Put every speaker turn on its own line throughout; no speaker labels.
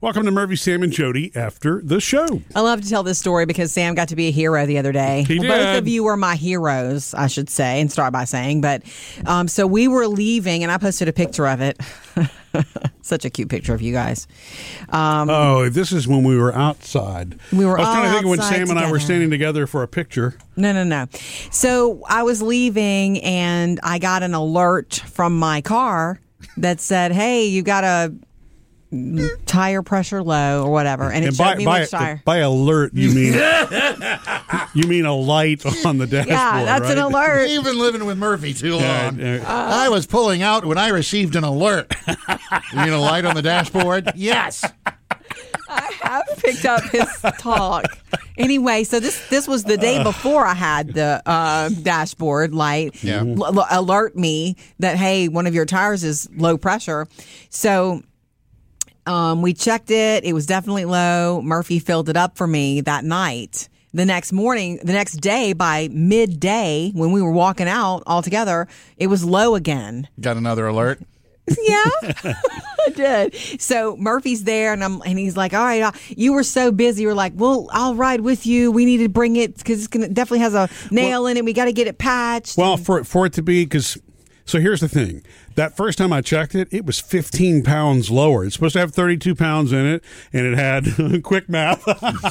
Welcome to Murphy, Sam, and Jody after the show.
I love to tell this story because Sam got to be a hero the other day.
He
Well,
did.
Both of you were my heroes, I should say, and start by saying. But um, so we were leaving, and I posted a picture of it. Such a cute picture of you guys. Um,
Oh, this is when we were outside.
We were
I was trying to
all
think of when Sam
outside
and I were
together.
standing together for a picture.
no, no, no. So I was leaving, and I got an alert from my car that said, "Hey, you got a tire pressure low or whatever," and it showed me
by,
which tire.
by alert, you mean you mean a light on the dashboard?
yeah, that's an
right?
alert.
You've been living with Murphy too
Yeah,
long.
yeah.
I was pulling out when I received an alert. you mean a light on the dashboard? Yes.
I picked up his talk. Anyway, so this this was the day before I had the uh, dashboard light
Yeah.
l- l- alert me that hey, one of your tires is low pressure. So um, we checked it; it was definitely low. Murphy filled it up for me that night. The next morning, the next day, by midday, when we were walking out all together, it was low again.
Got another alert.
Yeah, I did. So Murphy's there, and I'm, and he's like, "All right, I, you were so busy. You're like, well, I'll ride with you. We need to bring it because it definitely has a nail in it. We got to get it patched.
Well, for for it to be because. So here's the thing. That first time I checked it, it was 15 pounds lower. It's supposed to have 32 pounds in it, and it had quick math,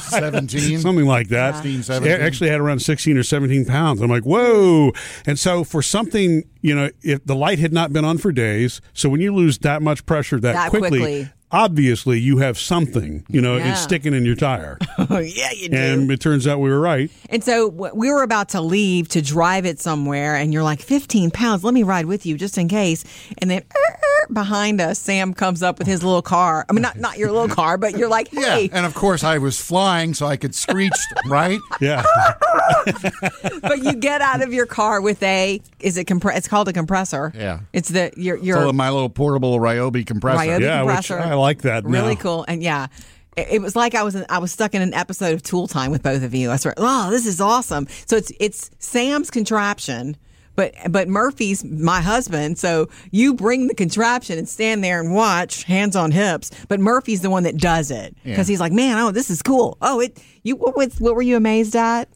17.
something like that.
16,
It
17.
actually had around 16 or 17 pounds. I'm like, whoa! And so for something, you know, if the light had not been on for days, so when you lose that much pressure that,
That
quickly,
quickly.
obviously you have something, you know,
Yeah.
it's sticking in your tire.
yeah, you do.
and it turns out we were right.
And so w- we were about to leave to drive it somewhere, and you're like, 15 pounds, let me ride with you just in case. And then er, er, behind us, Sam comes up with his little car. I mean, not, not your little car, but you're like,
Yeah.
hey.
And of course, I was flying so I could screech, right?
Yeah.
but you get out of your car with a, is it compress? It's called a compressor.
Yeah.
It's the, your, your,
So my little portable Ryobi compressor.
Ryobi
yeah, which
compressor.
I like that
really
now.
cool and yeah it, it was like i was in, i was stuck in an episode of tool time with both of you i swear oh this is awesome so it's it's sam's contraption but but murphy's my husband so you bring the contraption and stand there and watch hands on hips but murphy's the one that does it because
Yeah.
he's like man oh this is cool oh it you what, was what were you amazed at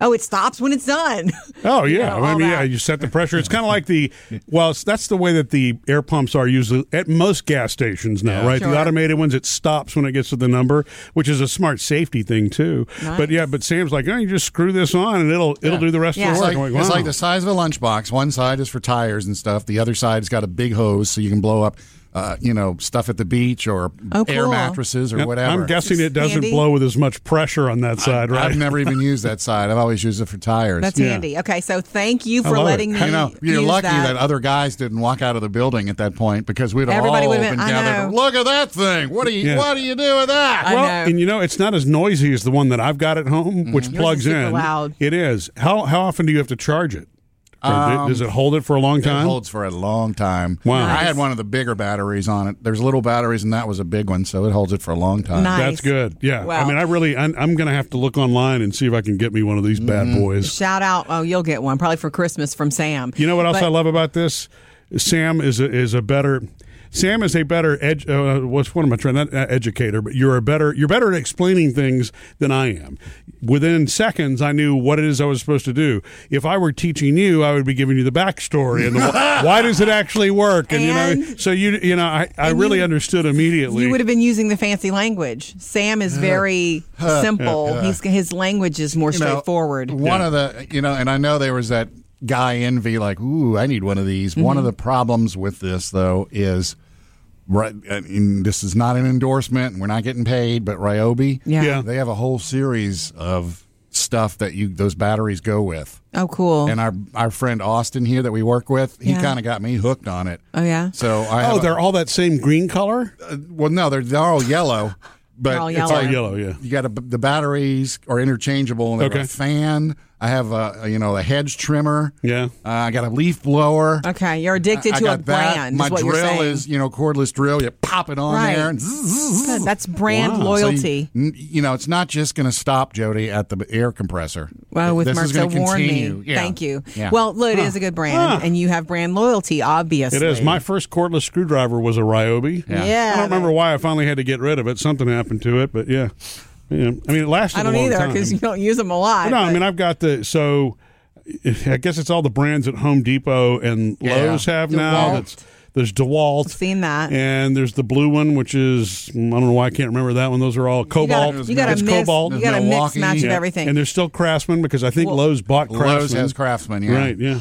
oh it stops when it's done
Oh yeah, I
know, all
mean,
that.
yeah, you set the pressure. It's kind of like the well, it's- that's the way that the air pumps are usually at most gas stations now, right?
Sure.
The automated ones, it stops when it gets to the number, which is a smart safety thing too. But yeah, but Sam's like, oh, you just screw this on and it'll it'll do the rest
Yeah.
of
It's
the work.
like,
I'm like,
it's
wow.
like the size of a lunchbox. One side is for tires and stuff. The other side's got a big hose so you can blow up, uh, you know, stuff at the beach or
Oh,
air
cool.
mattresses or
Yep.
whatever.
I'm guessing it doesn't
Handy.
blow with as much pressure on that side, right?
I've never even used that side. I've always used it for tires.
that's
Yeah.
handy okay so thank you for
love it.
letting me
You know, you're
use
lucky that.
that
other guys didn't walk out of the building at that point because we'd have
Everybody
all
would've
been,
been- I
gathered.
know.
Look at that thing! What do you
Yeah.
What do you do with that?
I
well,
know.
and you know, it's not as noisy as the one that I've got at home, which plugs
super
in.
loud.
It is. How how often do you have to charge it? Or
Um,
does it hold it for a long time?
It holds for a long time.
Wow. Nice.
I had one of the bigger batteries on it. There's little batteries, and that was a big one, so it holds it for a long time.
Nice.
That's good. Yeah. I
Wow.
mean, I really, I'm, I'm going to have to look online and see if I can get me one of these
Mm.
bad boys.
Shout out! Oh, you'll get one probably for Christmas from Sam.
You know what else
But-
I love about this? Sam is a, is a better. Sam is a better edge. Uh, what's what am I trying? Not uh, educator, but you're a better. You're better at explaining things than I am. Within seconds, I knew what it is I was supposed to do. If I were teaching you, I would be giving you the backstory and the, wh- why does it actually work? And, you know,
And-
so you you know, I, I really understood immediately.
You would have been using the fancy language. Sam is very simple. He's, his language is more
You know,
straightforward.
One of the, you know, and I know there was that guy envy, like, ooh, I need one of these. One of
Mm-hmm.
the problems with this, though, is right. I mean, this is not an endorsement. and We're not getting paid, but Ryobi,
Yeah.
Yeah.
they have a whole series of stuff that you those batteries go with.
Oh, cool.
And our our friend Austin here that we work with, he
Yeah.
kind of got me hooked on it.
Oh, yeah?
So I have
oh,
a-
they're all that same green color.
well, no, they're they're all yellow, but
all
it's
yellow.
like
Yellow, yeah.
you got a, the batteries are interchangeable and they've got
Okay.
a fan I have a you know a hedge trimmer.
Yeah.
Uh, I got a leaf blower.
Okay, you're addicted
I
to a
got that.
brand.
My
is what
drill
you're saying.
is you know cordless drill. You pop it on
Right.
there. And zzz, zzz,
Good, That's brand
Wow.
So you-
loyalty.
n- you, know, it's not just going to stop Jody at the air compressor.
well, with
this
Merck,
is
so
going to
warn
continue.
me.
Yeah.
Thank you.
Yeah.
Well, look, it is a good brand, and you have brand loyalty, obviously.
It is. My first cordless screwdriver was a Ryobi.
Yeah.
I don't remember why I finally had to get rid of it. Something happened to it, but yeah. yeah. I mean, it lasted
I don't
a long
either
time.
because you don't use them a lot.
No, I
but-
mean I've got the so I guess it's all the brands that Home Depot and
Yeah.
Lowe's have now.
DeWalt.
That's there's DeWalt.
seen that.
And there's the blue one, which is I don't know why I can't remember that one. Those are all
you
cobalt.
got, you got
it's
a mix.
cobalt.
You got a mix
Milwaukee.
match of
Yeah.
everything.
And there's still Craftsman because I think Lowe's bought Craftsman.
Lowe's has Craftsman. Yeah.
Right, yeah.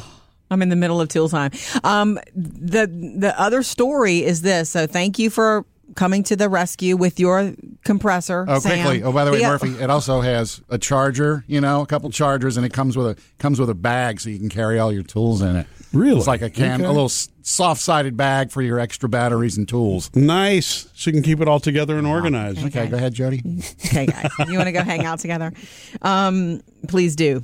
I'm in the middle of tool time. Um, the the other story is this. So thank you for coming to the rescue with your compressor.
Oh,
Sam.
quickly! Oh, by the way,
o-
Murphy, it also has a charger. You know, a couple chargers, and it comes with a comes with a bag so you can carry all your tools in it.
Really?
It's like a can,
Okay.
a little soft sided bag for your extra batteries and tools.
Nice. So you can keep it all together and organized.
Okay, go ahead, Jody.
Okay, guys, you want to go hang out together? Um, please do.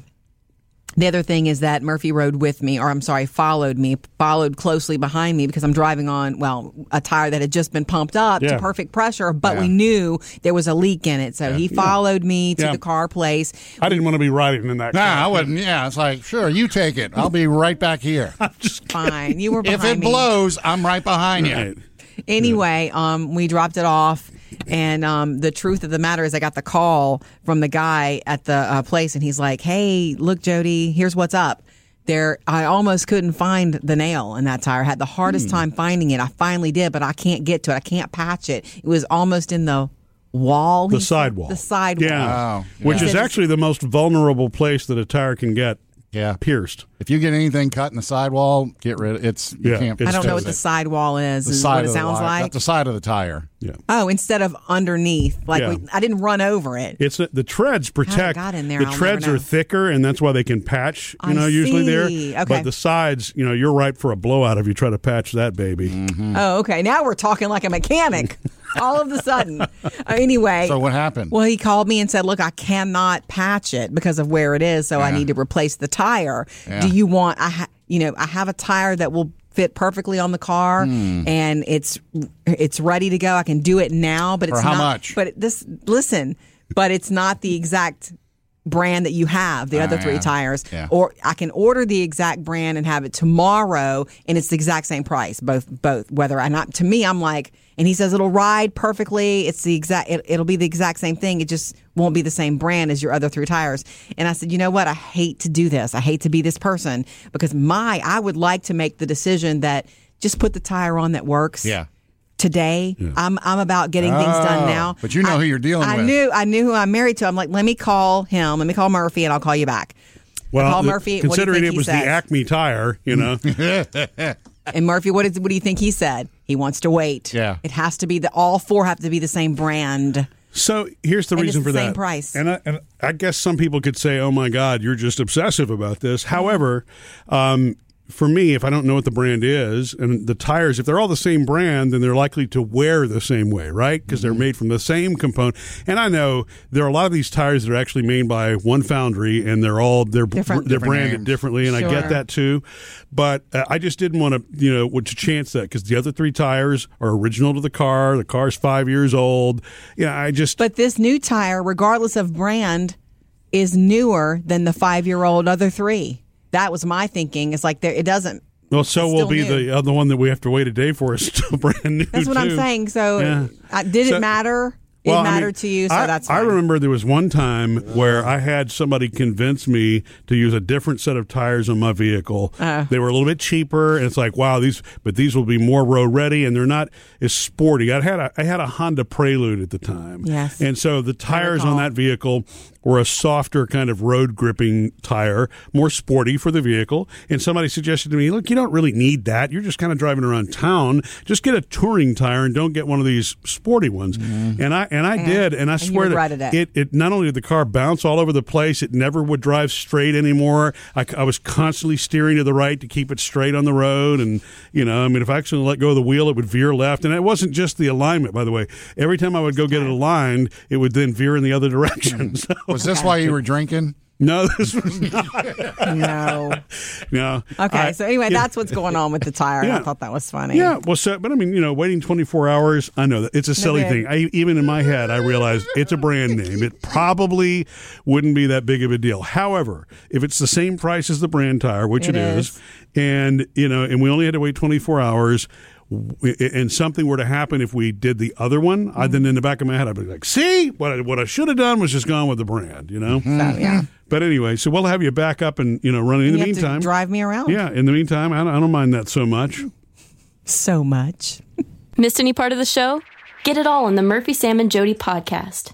The other thing is that Murphy rode with me, or I'm sorry, followed me, followed closely behind me because I'm driving on, well, a tire that had just been pumped up
Yeah.
to perfect pressure, but we knew there was a leak in it. So he followed me to
Yeah.
the car place.
I didn't want to be riding in that car.
Nah, I wouldn't. Yeah, it's like sure, you take it. I'll be right back here.
Fine. You were behind
if it
me.
blows, I'm right behind you.
Right.
Anyway, um, we dropped it off, and um, the truth of the matter is, I got the call from the guy at the uh, place, and he's like, "Hey, look, Jody, here's what's up." There, I almost couldn't find the nail in that tire. I had the hardest time finding it. I finally did, but I can't get to it. I can't patch it. It was almost in the wall.
The
he said.
sidewall.
The sidewall.
Yeah.
Wow.
Which
Yeah.
is actually the most vulnerable place that a tire can get
Yeah.
pierced.
If you get anything cut in the sidewall, get rid of it's you
Yeah,
can't
it's
I don't know what the
fix
sidewall is.
it.
is
side
what it
of the
sounds
li-
like.
not the side of the tire.
Yeah.
oh, instead of underneath, like
Yeah.
we, I didn't run over it.
It's the, the treads protect.
got in there,
the
I'll
treads
never
are
know.
thicker, and that's why they can patch. You
I
know, usually there.
see. Okay.
But the sides, you know, you're ripe for a blowout if you try to patch that baby.
Oh, okay. Now we're talking like a mechanic all of a sudden. Uh, anyway.
So what happened?
Well, he called me and said, Look, I cannot patch it because of where it is. So I need to replace the tire. Do you want, I ha- you know, I have a tire that will fit perfectly on the car
Hmm.
and it's it's ready to go. I can do it now, but it's
how
not,
much?
But it- this, listen, but it's not the exact brand that you have, the other three
Ah, yeah.
tires.
Yeah.
Or I can order the exact brand and have it tomorrow, and it's the exact same price. Both, both. Whether I not to me, I'm like, and he says it'll ride perfectly. It's the exact. It, it'll be the exact same thing. It just won't be the same brand as your other three tires. And I said, you know what? I hate to do this. I hate to be this person because my I would like to make the decision that just put the tire on that works.
Yeah.
Today, I'm I'm about getting things done
Oh,
now.
but you know
I-
who you're dealing
I
with.
knew I knew who I'm married to. I'm like, let me call him. Let me call Murphy, and I'll call you back.
Well,
Paul
the-
Murphy, what do you
considering
think
it
he
was
says?
the Acme tire, you know,
And Murphy, what, is, what do you think he said? He wants to wait.
Yeah.
It has to be the all four have to be the same brand.
So here's the
it's
reason for
the
that.
same price.
And I, and I guess some people could say, "Oh my God, you're just obsessive about this."
Mm-hmm.
However, um, for me, if I don't know what the brand is and the tires, if they're all the same brand, then they're likely to wear the same way, right? Because
Mm-hmm.
they're made from the same component. And I know there are a lot of these tires that are actually made by one foundry, and they're all they're
Different-
they're
Different
branded
names.
differently, and I
Sure.
get that too. But uh, I just didn't want to, you know, want to chance that because the other three tires are original to the car. The car's five years old. You know, I just
But this new tire, regardless of brand, is newer than the five year old other three. That was my thinking. It's like there, it doesn't.
Well, so
It's
will be
still new.
the other one that we have to wait a day for is still brand new.
That's what I'm
too.
saying. So,
Yeah.
uh, did
So-
it matter? It
Well, I
mattered
mean,
to you, so
I,
that's.
I
fine.
remember there was one time where I had somebody convince me to use a different set of tires on my vehicle.
Uh.
they were a little bit cheaper, and it's like, wow, these, but these will be more road ready, and they're not as sporty. I had a, I had a Honda Prelude at the time,
Yes.
and so the tires on
recall.
that vehicle were a softer kind of road gripping tire, more sporty for the vehicle. And somebody suggested to me, look, you don't really need that. You're just kind of driving around town. Just get a touring tire and don't get one of these sporty ones.
Mm-hmm.
And I and I did, and I
you
swear
regretted
that
it.
it, it not only did the car bounce all over the place, it never would drive straight anymore. I, c- I was constantly steering to the right to keep it straight on the road, and you know, I mean, if I actually let go of the wheel, it would veer left. And it wasn't just the alignment, by the way. Every time I would go get it aligned, it would then veer in the other direction. so
Was this why you were drinking?
No, this was not.
No.
No.
Okay.
I-
so anyway, that's what's going on with the tire. and
Yeah.
I thought that was funny.
Yeah, well, so, but I mean, you know, waiting 24 hours, I know that it's a silly
big.
thing. I, even in my head, I realized it's a brand name. It probably wouldn't be that big of a deal. However, if it's the same price as the brand tire, which
It
it is,
is.
and, you know, and we only had to wait 24 hours, w- and something were to happen if we did the other one, I
Mm-hmm.
then in the back of my head, I'd be like, see, what I, what I should have done was just gone with the brand, you know?
So, yeah.
But anyway, so we'll have you back up and, you know, running in
You
the
have
meantime.
to drive Mm. me around
yeah, in the meantime, I don't, I don't mind that so much.
so much.
Missed any part of the show? Get it all on the Murphy, Sam, and Jody podcast.